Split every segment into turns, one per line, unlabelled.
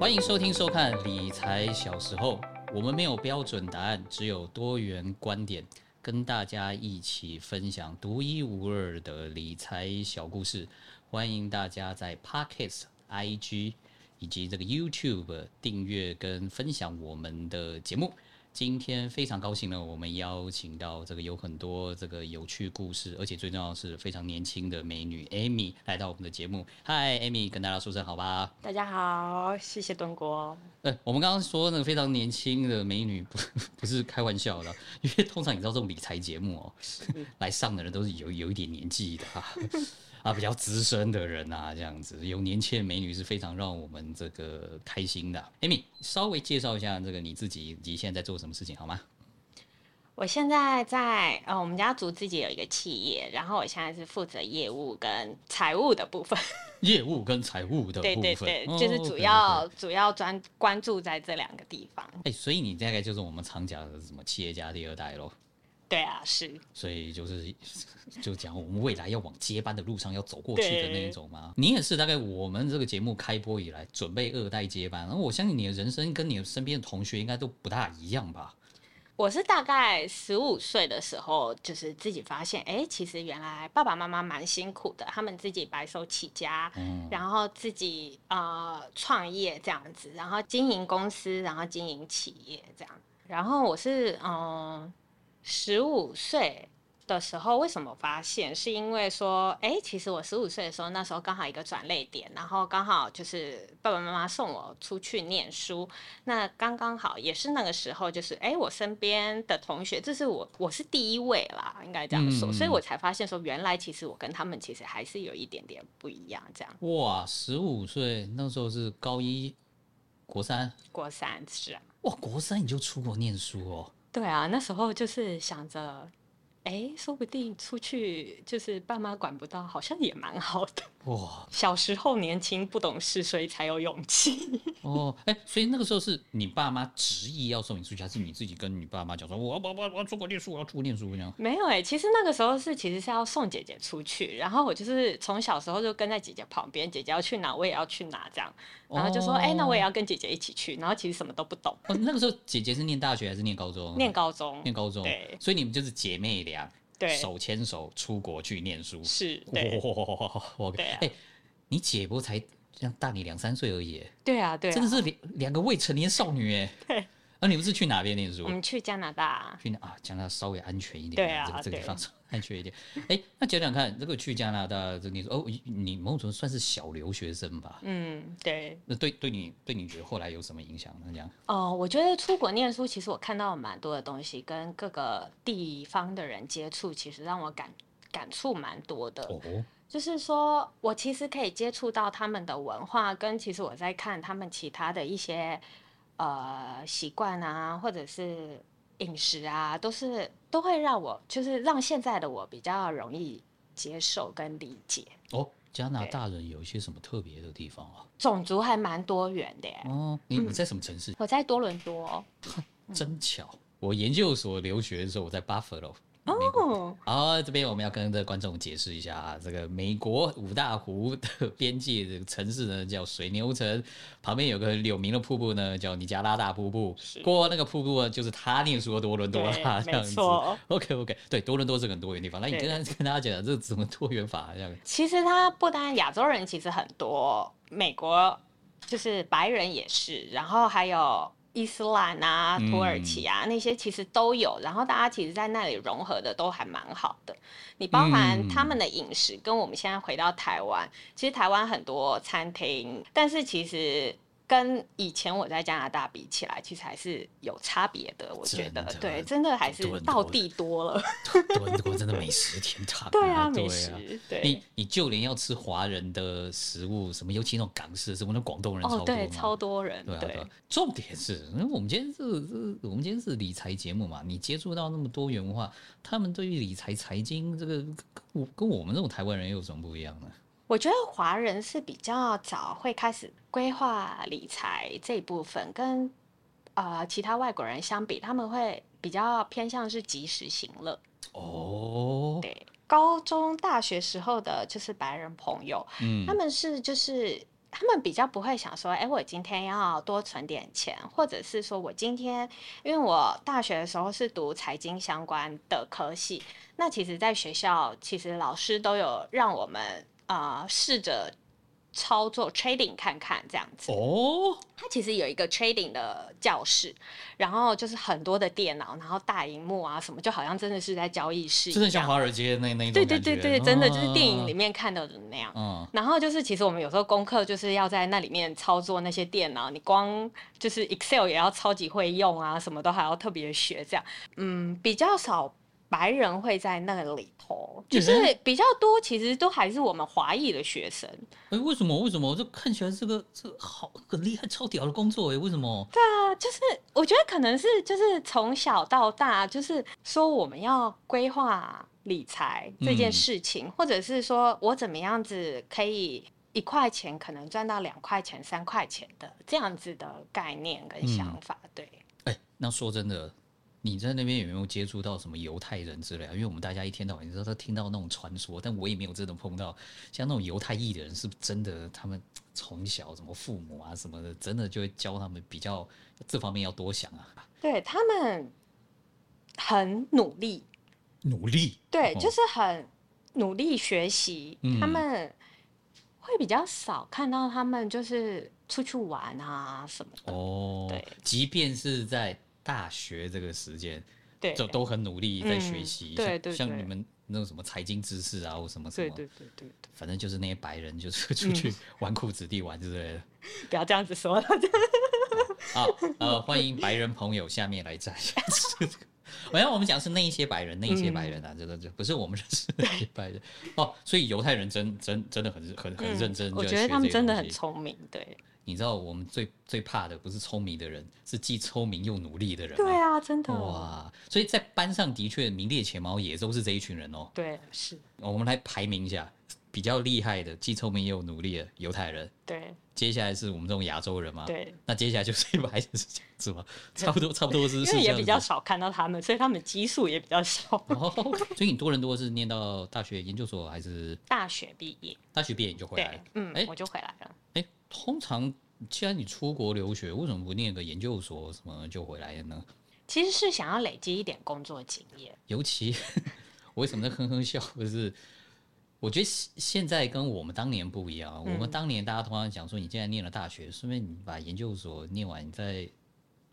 欢迎收听收看《理财小时候》，我们没有标准答案，只有多元观点，跟大家一起分享独一无二的理财小故事。欢迎大家在 Pocket、IG 以及这个 YouTube 订阅跟分享我们的节目。今天非常高兴呢，我们邀请到这个有很多这个有趣故事，而且最重要的是非常年轻的美女 Amy 来到我们的节目。嗨，Amy，跟大家说声好吧。
大家好，谢谢敦国。
呃，我们刚刚说那个非常年轻的美女，不 不是开玩笑的啊， 因为通常你知道这种理财节目哦、 来上的人都是有有一点年纪的啊， 啊比较资深的人啊，这样子有年轻的美女是非常让我们这个开心的啊。Amy，稍微介绍一下这个你自己以及现在在做什么事情好吗？
我现在在呃，我们家族自己有一个企业，然后我现在是负责业务跟财务的部分。
业务跟财务的部
对
分，
对对，
哦
就是主
OK，OK
要、主要专关注在这两个地方。
哎、所以你大概就是我们常讲的什么企业家第二代咯。
对啊，是
所以就是就讲我们未来要往接班的路上要走过去的那一种嘛。你也是大概我们这个节目开播以来准备二代接班，然后我相信你的人生跟你的身边的同学应该都不大一样吧？
我是大概十五岁的时候，就是自己发现，哎，其实原来爸爸妈妈蛮辛苦的，他们自己白手起家，
嗯，
然后自己呃创业这样子，然后经营公司，然后经营企业这样。然后我是嗯十五岁的时候，为什么发现？是因为说，哎，其实我十五岁的时候，那时候刚好一个转类点，然后刚好就是呃爸爸妈妈送我出去念书，那刚刚好也是那个时候，就是哎，我身边的同学，这是我我是第一位啦，应该这样说，
嗯
所以我才发现说，原来其实我跟他们其实还是有一点点不一样，这样。
哇，十五岁那时候是高一，国三，
国三是啊，
哇，国三你就出国念书哦。
对啊，那时候就是想着，哎，说不定出去就是爸妈管不到，好像也蛮好的。
哇
小时候年轻不懂事，所以才有勇气。
哦，哎、所以那个时候是你爸妈执意要送你出去，还是你自己跟你爸妈讲说我要我要我要出国念书，我要出国念书这样？
没有哎、其实那个时候是其实是要送姐姐出去，然后我就是从小时候就跟在姐姐旁边，姐姐要去哪我也要去哪这样，然后就说哎、诶那我也要跟姐姐一起去，然后其实什么都不懂，
哦，那个时候姐姐是念大学还是念高中？
念高中，
念高中，
对
所以你们就是姐妹俩，
对
手牵手出国去念书。
是，对
哇，我
对啊
哎，你姐不才这样大你两三岁而已，
对啊对啊，
真的是两两个未成年少女哎。
对，
那你们是去哪边念书
我？们去加拿大，
去哪啊，加拿大稍微安全一点，
对啊
这个这个地
对
方稍微安全一点。 哎，那讲讲看，这个去加拿大，这个你说哦，你某种程度算是小留学生吧？
嗯对，
那对对你对你觉得后来有什么影响？那讲
哦，我觉得出国念书，其实我看到蛮多的东西，跟各个地方的人接触，其实让我感感触蛮多的。
哦，
就是说我其实可以接触到他们的文化，跟其实我在看他们其他的一些呃习惯啊，或者是饮食啊，都是都会让我就是让现在的我比较容易接受跟理解。
哦，加拿
对
大人有一些什么特别的地方啊？
种族还蛮多元的耶。
哦，你你在什么城市？
我在多伦多嗯
真巧，我研究所留学的时候，我在 Buffalo。美国
哦，
好，这边我们要跟这个观众解释一下啊，这个美国五大湖的边界这个城市呢叫水牛城，旁边有个有名的瀑布呢叫尼加拉大瀑布，过那个瀑布呢就是他念书的多伦多啦，
对，
这
没
样子。
错。
OK OK，对，多伦多是个很多元地方。那你
对
跟跟大家讲这怎么多元法这样？
其实他不单亚洲人，其实很多美国就是白人也是，然后还有伊斯兰啊、土耳
嗯
其啊、那些其实都有。然后大家其实在那里融合的都还蛮好的。你包含
嗯
他们的饮食，跟我们现在回到台湾，其实台湾很多餐厅，但是其实。跟以前我在加拿大比起来，其实还是有差别的。我觉得
真的，
对，真的还是
多很多
到地多了。
多伦多真的美食天堂、啊。
对啊，
对
美
啊。
食，对。
你你就连要吃华人的食物，什么尤其那种港式，什么那广东人超
哦，
多
对，
嘛
超多人，
对啊，对啊，重点是，因为我们今天是是，我们今天是理财节目嘛，你接触到那么多元文化，他们对于理财、财经这个，跟我跟我们这种台湾人又有什么不一样呢？
我觉得华人是比较早会开始规划理财这一部分，跟呃其他外国人相比，他们会比较偏向是及时行乐。
哦，
对，高中、大学时候的就是白人朋友，
嗯
他，们是就是他们比较不会想说，哎，我今天要多存点钱，或者是说我今天，因为我大学的时候是读财经相关的科系，那其实，在学校其实老师都有让我们啊试着操作 trading 看看这样子。
哦，
它其实有一个 trading 的教室，然后就是很多的电脑，然后大荧幕啊什么，就好像真的是在交易室一
真的像
样。
华尔街那那一
对
种
对
感觉，啊
对
嗯
对，真的就是电影里
面，
面看到的那样。
嗯，
然后就是，其实我们有时候功课就是要在那里面操作那些电脑，你光就是 Excel 也要超级会用啊，什么都还要特别学这样。嗯，比较少白人会在那里头，就
嗯
是比较多，其实都还是我们华裔的学生。
哎，为什么为什么这看起来这个这个好很厉害超屌的工作哎，为什么？
啊，就是我觉得可能是就是从小到大，就是说我们要规划理财这件
嗯
事情，或者是说我怎么样子可以一块钱可能赚到两块钱、三块钱的这样子的概念
嗯
跟想法。对，
哎，那说真的，你在那边有没有接触到什么犹太人之类啊？因为我们大家一天到晚都都听到那种传说，但我也没有真的碰到。像那种犹太裔的人，是不是真的他们从小什么父母啊什么的，真的就会教他们比较这方面要多想啊，
对他们很努力，
努力。
对，
哦
就是很努力学习，他
嗯
们会比较少看到他们就是出去玩啊什么的。
哦，
对
即便是在大学这个时间，
对，
就都很努力在学
嗯
习，
对
像
对
像
对
你们那种什么财经知识啊，或什么什
对
么，
对嗯对对对，
反正就是那些白人就是出去纨绔子弟玩之类的。
不要这样子说了。
好，呃，欢迎白人朋友下面来站。好像我们讲是那一些白人，那一些白人
嗯
啊，这个这不是我们认识的那些白人哦，所以犹太人真真真的很很很认真、
嗯
就
我
在
觉得
学
他
这
们
些
真的
东西
很聪明，对，
你知道我们最最怕的不是聪明的人，是既聪明又努力的人、
对啊，真的，
哇，所以在班上的确名列前茅也都是这一群人哦。
对，是，
我们来排名一下比较厉害的、既聪明又努力的犹太人，
对
接下来是我们这种亚洲人嘛？。
对，
那接下来就是 白人是这样子吗？差不多，差不多是
因
是
为
这
也
样
比
子
较少看到他们，所以他们基数也比较少。
哦，所以你多伦多是念到大学研究所还是
大学毕业，
大学毕业你就回来
对
了？，
嗯
哎，
我就回来了。
哎，通常既然你出国留学，为什么不念个研究所什么就回来了呢？
其实是想要累积一点工作经验，
尤其 我为什么在哼哼笑，就是我觉得现现在跟我们当年不一样啊。我们
嗯
当年大家通常讲说，你现在念了大学，顺便你把研究所念完，你再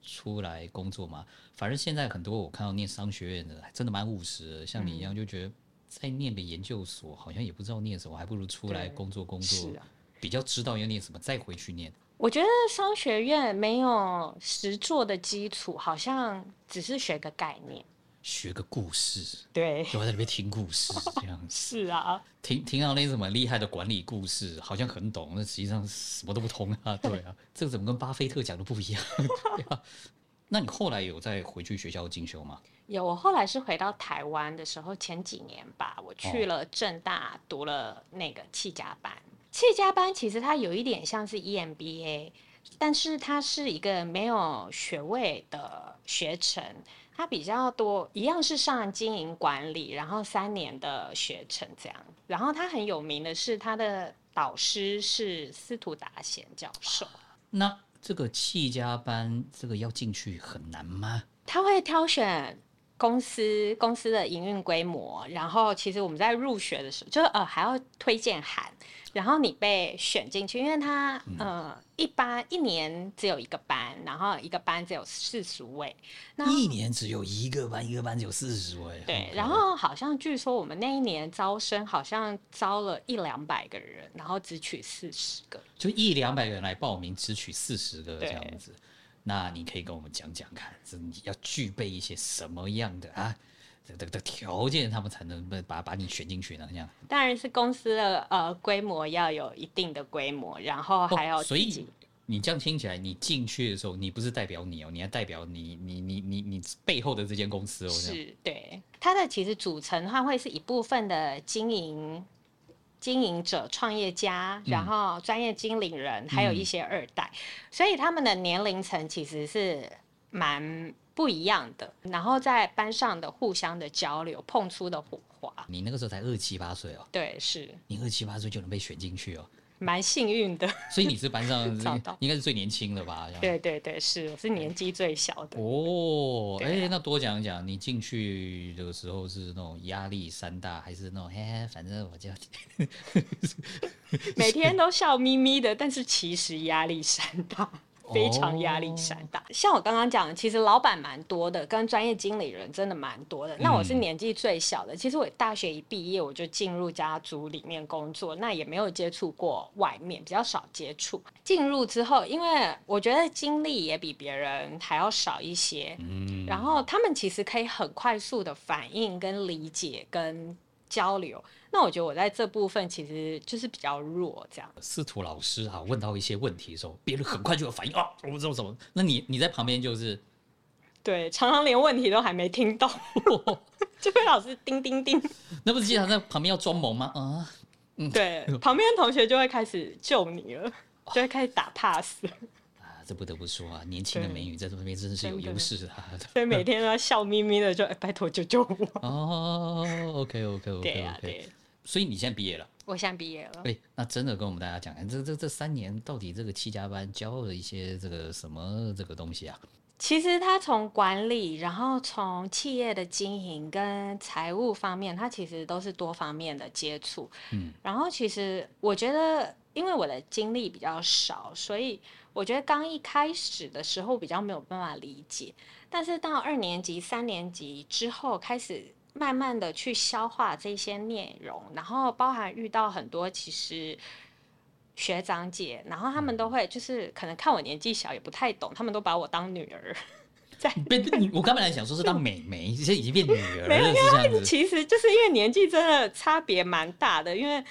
出来工作嘛。反正现在很多我看到念商学院的，还真的蛮务实的，像你一
嗯
样就觉得。再念个研究所，好像也不知道念什么，还不如出来
对
工作工作
是，啊。
比较知道要念什么，再回去念。
我觉得商学院没有实作的基础，好像只是学个概念。
学个故事，
对，
就在那边听故事这样子。
是啊，
听听到那些什么厉害的管理故事，好像很懂，那实际上什么都不通啊。对啊，这个怎么跟巴菲特讲的不一样？ 对啊那你后来有再回去学校进修吗？
有，我后来是回到台湾的时候，前几年吧，我去了正大读了那个气家班。气家班其实它有一点像是 E EMBA，但是它是一个没有学位的学程，它比较多一样是上经营管理，然后三年的学程这样。然后它很有名的是它的导师是司徒达贤教授。
那这个气家班，这个要进去很难吗？
他会挑选公司公司的营运规模，然后其实我们在入学的时候，就是呃还要推荐函，然后你被选进去，因为他
嗯
呃一班一年只有一个班，然后一个班只有四十位，那
一年只有一个班，一个班只有四十位。
对
OK，
然后好像据说我们那一年招生好像招了一两百个人，然后只取四十个。
就一两百个人来报名，只取四十个这
对
样子。那你可以跟我们讲讲看，是你要具备一些什么样的啊的的的条件，他们才能把把你选进去呢？这样。
当然是公司的呃规模要有一定的规模，然后还要
哦、所
自
以
己
你这样听起来，你进去的时候，你不是代表你哦，你还代表你你你你你背后的这间公司哦，这样
是，对，它的其实组成它会是一部分的经营经营者、创业家，然后专业经理人，还有一
嗯
些二代，所以他们的年龄层其实是蛮不一样的。然后在班上的互相的交流，碰出的火花，
你那个时候才二七八岁哦，
对，是。
你二七八岁就能被选进去哦，
蛮幸运的。
所以你是班上
找到
应该是最年轻的吧？这样
对对对，是我是年纪最小的。
哦，哎、
对啊
那多讲一讲，你进去的时候是那种压力山大，还是那种嘿嘿，反正我就
每天都笑眯眯的，但是其实压力山大，非常压力山
哦
大。像我刚刚讲的，其实老板蛮多的，跟专业经理人真的蛮多的。那我是
嗯
年纪最小的，其实我大学一毕业我就进入家族里面工作，那也没有接触过外面，比较少接触。进入之后，因为我觉得经历也比别人还要少一些，
嗯，
然后他们其实可以很快速的反应、跟理解、跟交流。那我觉得我在这部分其实就是比较弱，这样。
司徒老师啊，问到一些问题的时候，别人很快就有反应啊，我不知道什么。那你你在旁边就是，
对，常常连问题都还没听懂，就被老师叮叮叮。
那不是经常在旁边要装萌 吗？啊，
对，旁边的同学就会开始救你了，就会开始打 pass。
啊，这不得不说啊，年轻的
对
美女在这边真的是有
真的
优势啊。
所以每天都要笑眯眯的就，哎拜托救救我。
哦，OK OK
对
OK
呀、
OK，
对，
所以你现在毕业了，
我现在毕业了。
哎，那真的跟我们大家讲，这这这三年到底这个七加班教了一些这个什么这个东西啊？
其实他从管理，然后从企业的经营跟财务方面，他其实都是多方面的接触。
嗯，
然后其实我觉得，因为我的经历比较少，所以我觉得刚一开始的时候比较没有办法理解，但是到二年级、三年级之后开始。慢慢的去消化这些内容，然后包含遇到很多其实学长姐，然后他们都会就是可能看我年纪小也不太懂，他们都把我当女儿，
变，我刚本来想说是当美眉，现在已经变女儿了，是这样 子。
其实就是因为年纪真的差别蛮大的，因为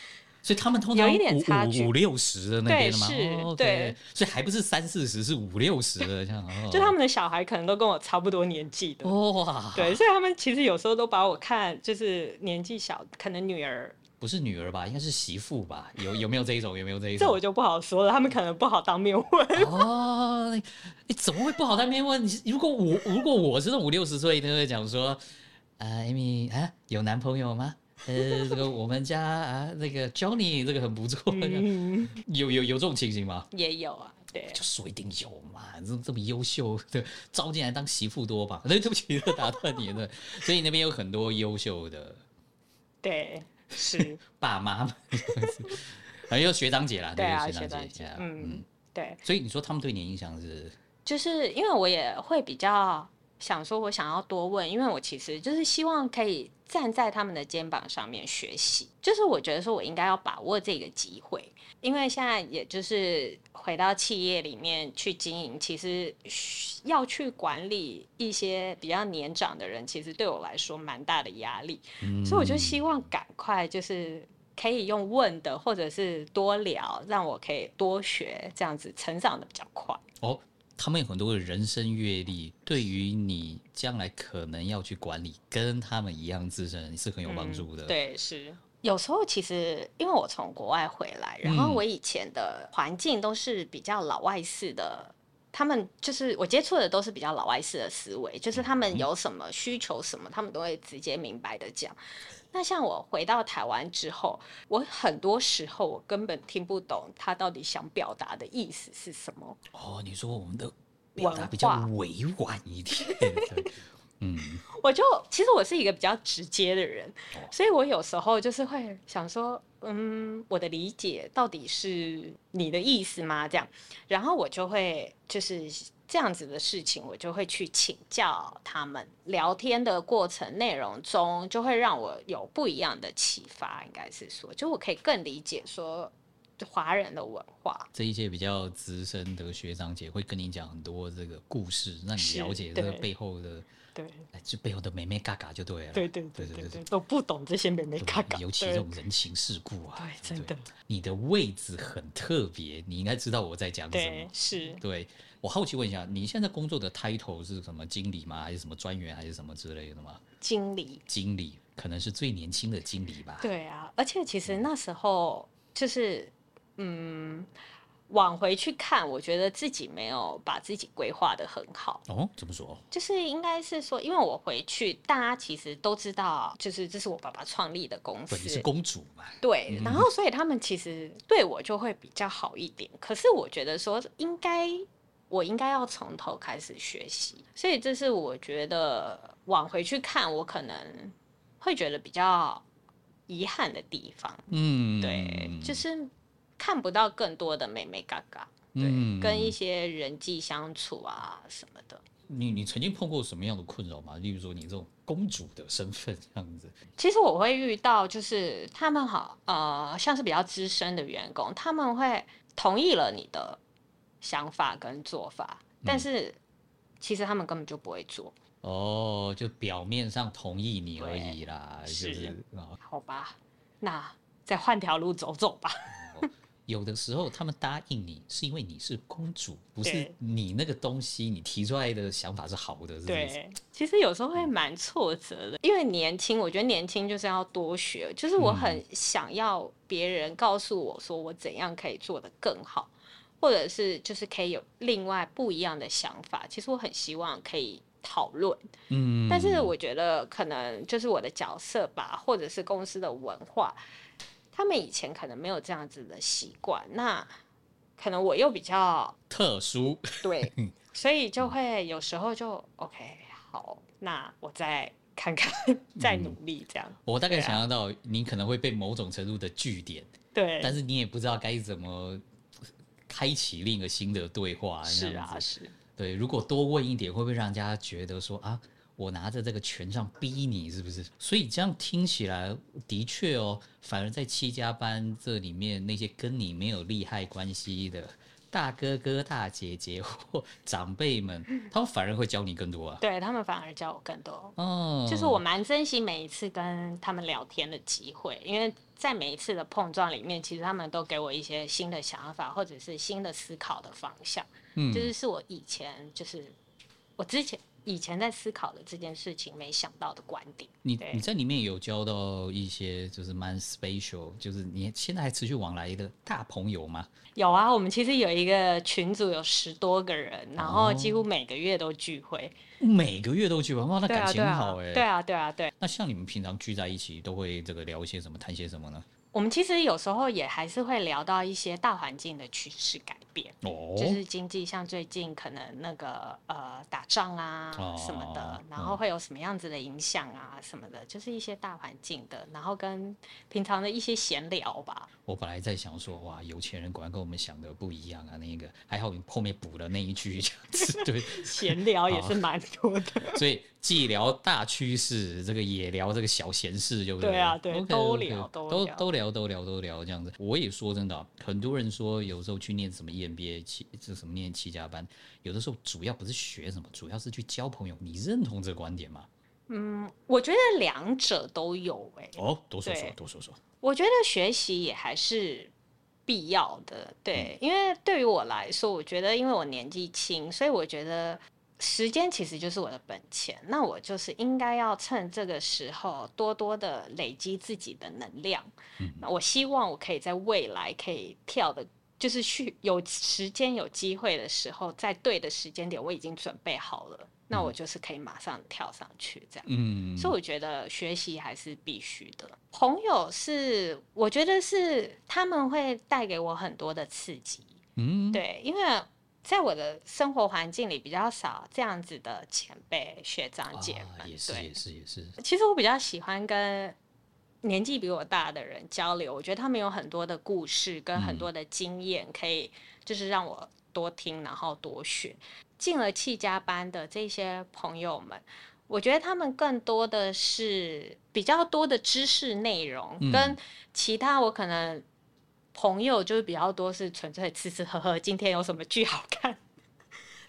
所以他们通常
有一点差距
五五五六十的那边的嘛，
对是
哦，OK
对，
所以还不是三四十，是五六十的这样。哦
就他们的小孩可能都跟我差不多年纪的，
哇，
对，，所以他们其实有时候都把我看就是年纪小，可能女儿，
不是女儿吧，应该是媳妇吧？有有没有这一种？有没有这一种？
这我就不好说了，他们可能不好当面问。
哦，你你怎么会不好在那边问？你如果我如果我是那五六十岁，他会讲说，啊，Amy 啊，有男朋友吗？呃，这个我们家啊，那个 Johnny 这个很不错，
嗯，
有有有这种情形吗？
也有啊，对，
就说一定有嘛，这这么优秀的招进来当媳妇多吧？对， 对不起，打断你了。所以那边有很多优秀的
对，是，
爸妈们， 还有学长姐啦，
对啊，
就是
学
学长姐，
长
对
姐
啊，
嗯，对，
所以你说他们对你的影响是
就是因为我也会比较想说，我想要多问，因为我其实就是希望可以站在他们的肩膀上面学习。就是我觉得说我应该要把握这个机会，因为现在也就是回到企业里面去经营，其实需要去管理一些比较年长的人，其实对我来说蛮大的压力，
嗯
所以我就希望赶快就是。可以用问的，或者是多聊，让我可以多学，这样子成长的比较快。
哦，他们有很多的人生阅历，对于你将来可能要去管理跟他们一样资深是很有帮助的。
嗯。，对，是。有时候其实因为我从国外回来，然后
嗯
我以前的环境都是比较老外式的。他们就是我接触的都是比较老外式的思维，就是他
嗯
们有什么需求什么，他们都会直接明白的讲。那像我回到台湾之后，我很多时候我根本听不懂他到底想表达的意思是什么。
哦，你说我们的表达
文
比较
化
委婉一 点，对嗯，
我就其实我是一个比较直接的人，
哦
所以我有时候就是会想说，嗯，我的理解到底是你的意思吗？这样，然后我就会就是这样子的事情，我就会去请教他们。聊天的过程内容中，就会让我有不一样的启发，应该是说，就我可以更理解说华人的文化。
这一些比较资深的学长姐会跟你讲很多这个故事，让你
是
了解这个
对
背后的，
对
哎，这背后的美美嘎嘎就对了。
对对
对对对对，
都不懂这些美美
对
嘎嘎，
尤其
哎对
这种人情世故啊，
对真
不
的，
你的位置很特别，你应该知道我在讲什么
对。是。
对我好奇问一下，你现在工作的 title 是什么经理吗？还是什么专员，还是什么之类的吗？
经理
经理可能是最年轻的经理吧。
对啊，而且其实那时候就是，嗯，往回去看，我觉得自己没有把自己规划的很好，
哦，怎么说？
就是应该是说，因为我回去，大家其实都知道，就是这是我爸爸创立的公
对，你是
司，
公主嘛？
对，
嗯
然后所以他们其实对我就会比较好一点。可是我觉得说应该。我应该要从头开始学习，所以这是我觉得往回去看，我可能会觉得比较遗憾的地方。
嗯，
对，就是看不到更多的美美嘎嘎，对，
嗯
跟一些人际相处啊什么的。
你你曾经碰过什么样的困扰吗？例如说你这种公主的身份这样子，
其实我会遇到，就是他们好，呃，像是比较资深的员工，他们会同意了你的想法跟做法，
嗯
但是其实他们根本就不会做，
哦，就表面上同意你而已啦，就是是啊，
好吧？那再换条路走走吧。
有的时候他们答应你是因为你是公主，不是
对
你那个东西你提出来的想法是好的，是嗯不是？
对，其实有时候会蛮挫折的，因为年轻，我觉得年轻就是要多学，就是
嗯
我很想要别人告诉我说我怎样可以做得更好，或者是就是可以有另外不一样的想法。其实我很希望可以讨论，
嗯，
但是我觉得可能就是我的角色吧，或者是公司的文化，他们以前可能没有这样子的习惯，那可能我又比较
特殊，
对，
嗯
所以就会有时候就 OK，好，那我再看看，
嗯
再努力这样。
我大概
对啊
想象到你可能会被某种程度的据点，但
对，
是你也不知道该怎么开启另一个新的对话，
是
这样
啊，
子
是，
对，如果多问一点，会不会让人家觉得说啊，我拿着这个权杖逼你，是不是？所以这样听起来，的确哦，反而在七家班这里面，那些跟你没有利害关系的大哥哥、大姐姐或长辈们，他们反而会教你更多啊。
对他们反而教我更多。
哦，
就是我蛮珍惜每一次跟他们聊天的机会，因为在每一次的碰撞里面，其实他们都给我一些新的想法，或者是新的思考的方向。
嗯，
就是是我以前就是我之前以前在思考的这件事情没想到的观点。
你
对
你在里面有交到一些就是蛮 special，就是你现在还持续往来的大朋友吗？
有啊，我们其实有一个群组，有十多个人，然后几
哦
乎每个月都聚会。
每个月都去吧，哇，那
对
感
啊，
情
对
很
啊
好哎、，
对啊，对啊，对。
那像你们平常聚在一起，都会这个聊一些什么，谈些什么呢？
我们其实有时候也还是会聊到一些大环境的趋势改变，
哦，
就是经济，像最近可能那个呃打仗啊什么的，
哦
然后会有什么样子的影响啊什么的，就是一些大环境的，然后跟平常的一些闲聊吧。
我本来在想说，哇，有钱人果然跟我们想的不一样啊。那个还好你后面补了那一句，这样子对。
闲聊也是蛮多的，
所以既聊大趋势，这个也聊这个小闲事，就
对啊对
OK，
都聊
都
都
都都聊
聊
都聊都聊这样子。我也说真的啊、很多人说有时候去念什么 E EMBA 七，这什么念七加班，有的时候主要不是学什么，主要是去交朋友。你认同这个观点吗？
嗯，我觉得两者都有哎、
哦，多说说
对，
多说说。
我觉得学习也还是必要的，对，因为对于我来说，我觉得因为我年纪轻，所以我觉得时间其实就是我的本钱，那我就是应该要趁这个时候多多的累积自己的能量。
嗯
那我希望我可以在未来可以跳的。就是去有时间有机会的时候，在对的时间点我已经准备好了，那我就是可以马上跳上去这样。
嗯，
所以我觉得学习还是必须的。朋友是，我觉得是他们会带给我很多的刺激，
嗯，
对，因为在我的生活环境里比较少这样子的前辈、学长
啊
姐们，
也是也
对。
是也是，
其实我比较喜欢跟年纪比我大的人交流，我觉得他们有很多的故事跟
嗯
很多的经验，可以就是让我多听，然后多学。进了气家班的这些朋友们，我觉得他们更多的是比较多的知识内容，
嗯
跟其他我可能朋友就是比较多是纯粹吃吃喝喝，今天有什么剧好看。
嗯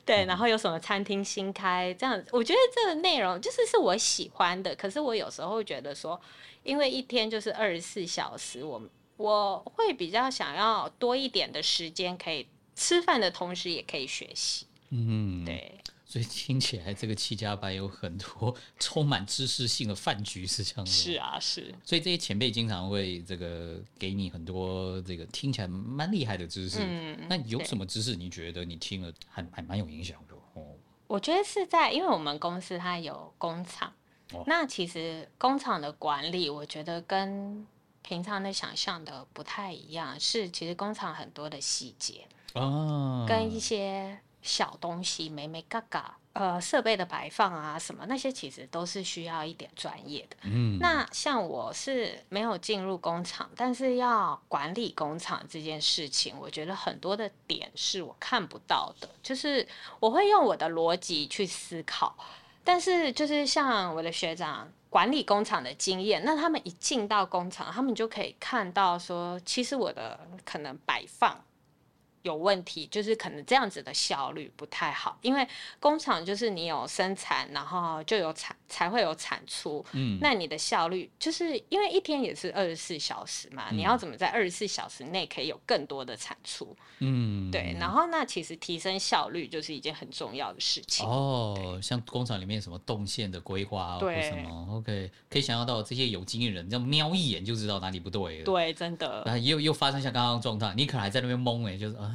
对，然后有什么餐厅新开这样子，我觉得这个内容就是是我喜欢的。可是我有时候会觉得说，因为一天就是二十四小时，我我会比较想要多一点的时间，可以吃饭的同时也可以学习。
嗯，。
对，
所以听起来这个七加八有很多 充满知识性的饭局，是这样子。
是。啊，是，
所以这些前辈经常会这个给你很多这个听起来蛮厉害的知识。
嗯，
那有
对
什么知识你觉得你听了还还蛮有影响的哦？
我觉得是在，因为我们公司它有工厂，
哦
那其实工厂的管理，我觉得跟平常的想象的不太一样，是其实工厂很多的细节，
啊，
跟一些小东西、美美嘎嘎，呃，设备的摆放啊什么那些，其实都是需要一点专业的。
嗯，
那像我是没有进入工厂，但是要管理工厂这件事情，我觉得很多的点是我看不到的，就是我会用我的逻辑去思考，但是就是像我的学长。管理工厂的经验，那他们一进到工厂，他们就可以看到说，其实我的可能摆放有问题，就是可能这样子的效率不太好，因为工厂就是你有生产，然后就有产才会有产出，
嗯，
那你的效率就是因为一天也是二十四小时嘛，你要怎么在二十四小时内可以有更多的产出？
嗯，
对，然后那其实提升效率就是一件很重要的事情。
哦，像工厂里面什么动线的规划啊，或
对
什么，OK，可以想象到这些有经验人，这样瞄一眼就知道哪里不对了。，
对，真的，
啊，又又发生像刚刚的状态，你可能还在那边懵哎、就是啊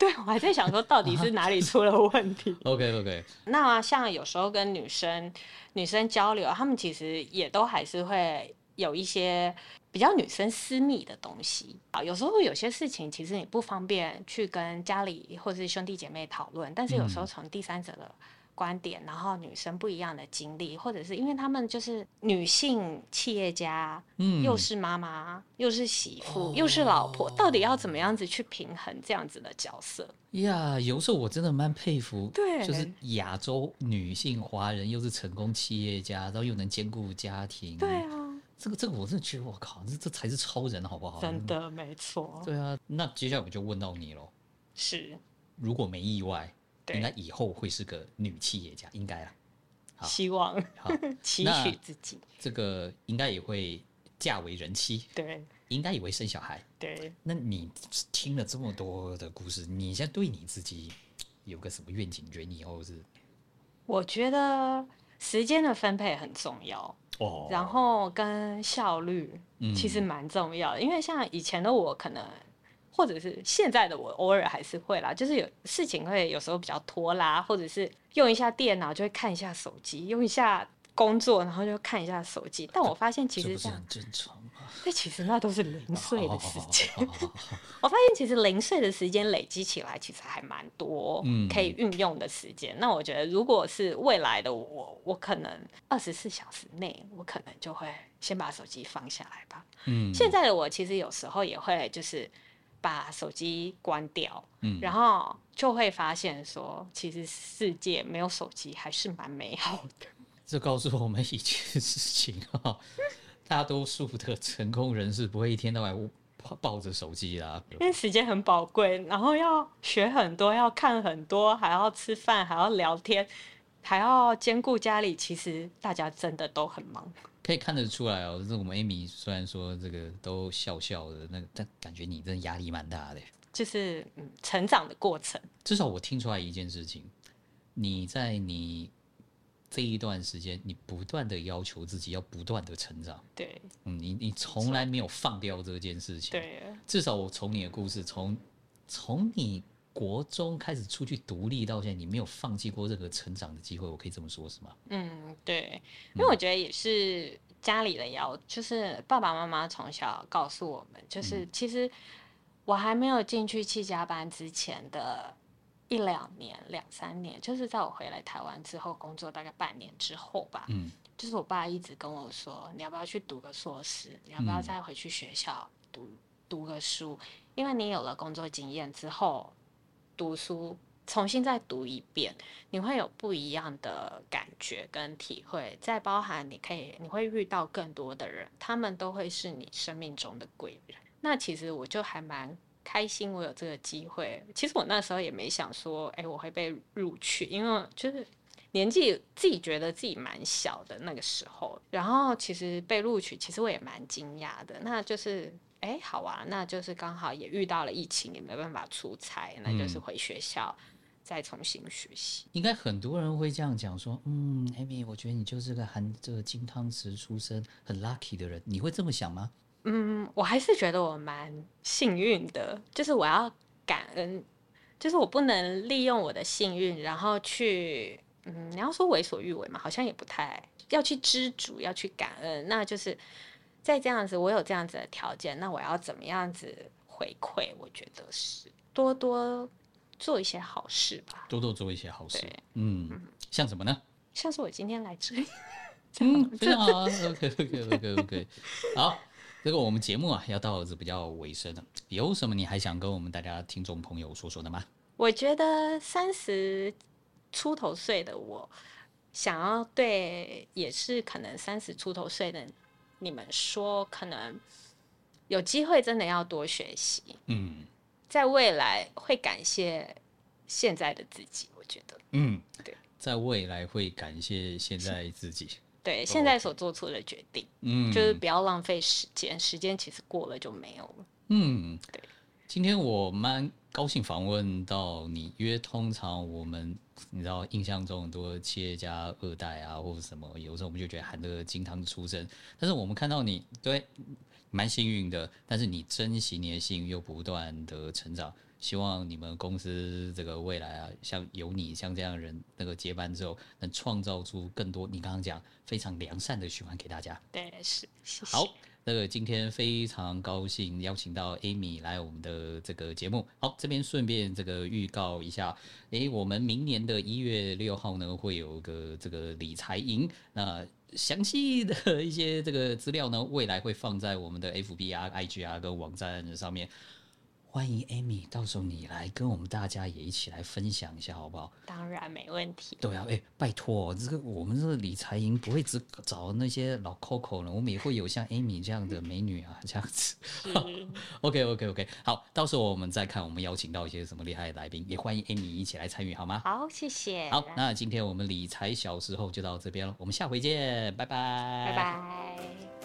对我还在想说到底是哪里出了问题。
，OK OK，
那、像有时候跟女生女生交流，她们其实也都还是会有一些比较女生私密的东西啊。有时候有些事情其实你不方便去跟家里或是兄弟姐妹讨论，但是有时候从第三者的观点，然后女生不一样的经历，或者是因为她们就是女性企业家，
嗯，
又是妈妈，又是媳妇，又是老婆，到底要怎么样子去平衡这样子的角色？
呀有时候我真的蛮佩服，
对
就是亚洲女性华人，又是成功企业家，然后又能兼顾家庭，
对，啊，
这个这个我真的觉得我靠，这这才是超人好不好？
真，的没错，
对啊，那接下来我就问到你喽，
是。
如果没意外，
对
应该以后会是个女企业家，应该啦，好
希望
好。
期
那
许自己。
这个应该也会嫁为人妻，
对
应该也会生小孩。
对，
那你听了这么多的故事，你现在对你自己有个什么愿景？你觉得你以后是
我觉得时间的分配很重要，
哦，
然后跟效率
嗯
其实蛮重要的，因为像以前的我可能。或者是现在的我偶尔还是会啦，就是有事情会有时候比较拖拉，或者是用一下电脑就会看一下手机，用一下工作然后就看一下手机。但我发现其
这不
实这
是
样
很，哦正常 吗？
那其实那都是零碎的事情。
好。好好好好好好
我发现其实零碎的时间累积起来，其实还蛮多
嗯
可以运用的时间。那我觉得，如果是未来的我，我可能二十四小时内，我可能就会先把手机放下来吧。
嗯，
现在的我其实有时候也会就是把手机关掉，
嗯
然后就会发现说，其实世界没有手机还是蛮美好的。
这告诉我们一件事情啊， 大多数的成功人士不会一天到晚抱抱着手机啦。
因为时间很宝贵，然后要学很多，要看很多，还要吃饭，还要聊天，还要兼顾家里。其实大家真的都很忙。
可以看得出来哦，就是我们 Amy 虽然说这个都笑笑的，那个但感觉你真的压力蛮大的。
就是嗯，成长的过程，
至少我听出来一件事情，你在你这一段时间，你不断的要求自己要不断的成长，
对
嗯，你你从来没有放掉这件事情。，
对
至少我从你的故事，从从你国中开始出去独立到现在，你没有放弃过任何成长的机会，我可以这么说，是吗？
嗯，对，因为我觉得也是家里的要，就是爸爸妈妈从小告诉我们，就是其实我还没有进去七家班之前的一两年、两三年，就是在我回来台湾之后工作大概半年之后吧，
嗯，
就是我爸一直跟我说，你要不要去读个硕士？你要不要
嗯
再回去学校读、读个书？因为你有了工作经验之后，读书重新再读一遍，你会有不一样的感觉跟体会。再包含你可以，你会遇到更多的人，他们都会是你生命中的贵人。那其实我就还蛮。开心，我有这个机会。其实我那时候也没想说，哎、我会被录取，因为就是年纪自己觉得自己蛮小的那个时候，然后其实被录取，其实我也蛮惊讶的。那就是，哎，好啊，那就是刚好也遇到了疫情，也没办法出差，那就是回学校。再重新学习。
应该很多人会这样讲说，嗯，Amy，我觉得你就是个含这个金汤匙出生很 lucky 的人，你会这么想吗？
嗯，我还是觉得我蛮幸运的，就是我要感恩，就是我不能利用我的幸运，然后去，嗯，你要说为所欲为嘛，好像也不太要去知足，要去感恩，那就是在这样子，我有这样子的条件，那我要怎么样子回馈？我觉得是多多做一些好事吧，
多多做一些好事
对，
嗯，像什么呢？
像是我今天来这里，
嗯，非常好啊，OK OK OK OK，好，这个我们节目啊要到这比较尾声了，有什么你还想跟我们大家听众朋友说说的吗？
我觉得三十出头岁的我，想要对也是可能三十出头岁的你们说，可能有机会真的要多学习，
嗯
在未来会感谢现在的自己。我觉得，
嗯，
对，
在未来会感谢现在自己，
对现在所做出的决定，
嗯，
就是不要浪费时间，时间其实过了就没有了。
嗯，
对。
今天我蛮高兴访问到你，因为通常我们你知道印象中很多企业家二代啊，或者什么，有时候我们就觉得含这个金汤匙出身，但是我们看到你，对，蛮幸运的，但是你珍惜你的幸运，又不断的成长。希望你们公司这个未来啊，像有你像这样的人那个接班之后，能创造出更多你刚刚讲非常良善的循环给大家。
对，是，谢谢。
好，那个今天非常高兴邀请到 Amy 来我们的这个节目。好，这边顺便这个预告一下，诶，我们明年的一月六号呢会有个这个理财营，那。详细的一些这个资料呢，未来会放在我们的 FB 啊、IG 啊跟网站上面。欢迎 Amy，到时候你来跟我们大家也一起来分享一下，好不好？
当然没问 题。
对啊，哎、拜托、这个我们这个理财营不会只找那些老 Coco 了，我们也会有像 Amy 这样的美女啊，这样子。
是
OK OK OK，好，到时候我们再看我们邀请到一些什么厉害的来宾，也欢迎 Amy 一起来参与，好吗？
好，谢谢。
好，那今天我们理财小时候就到这边了，我们下回见，拜拜，
拜拜。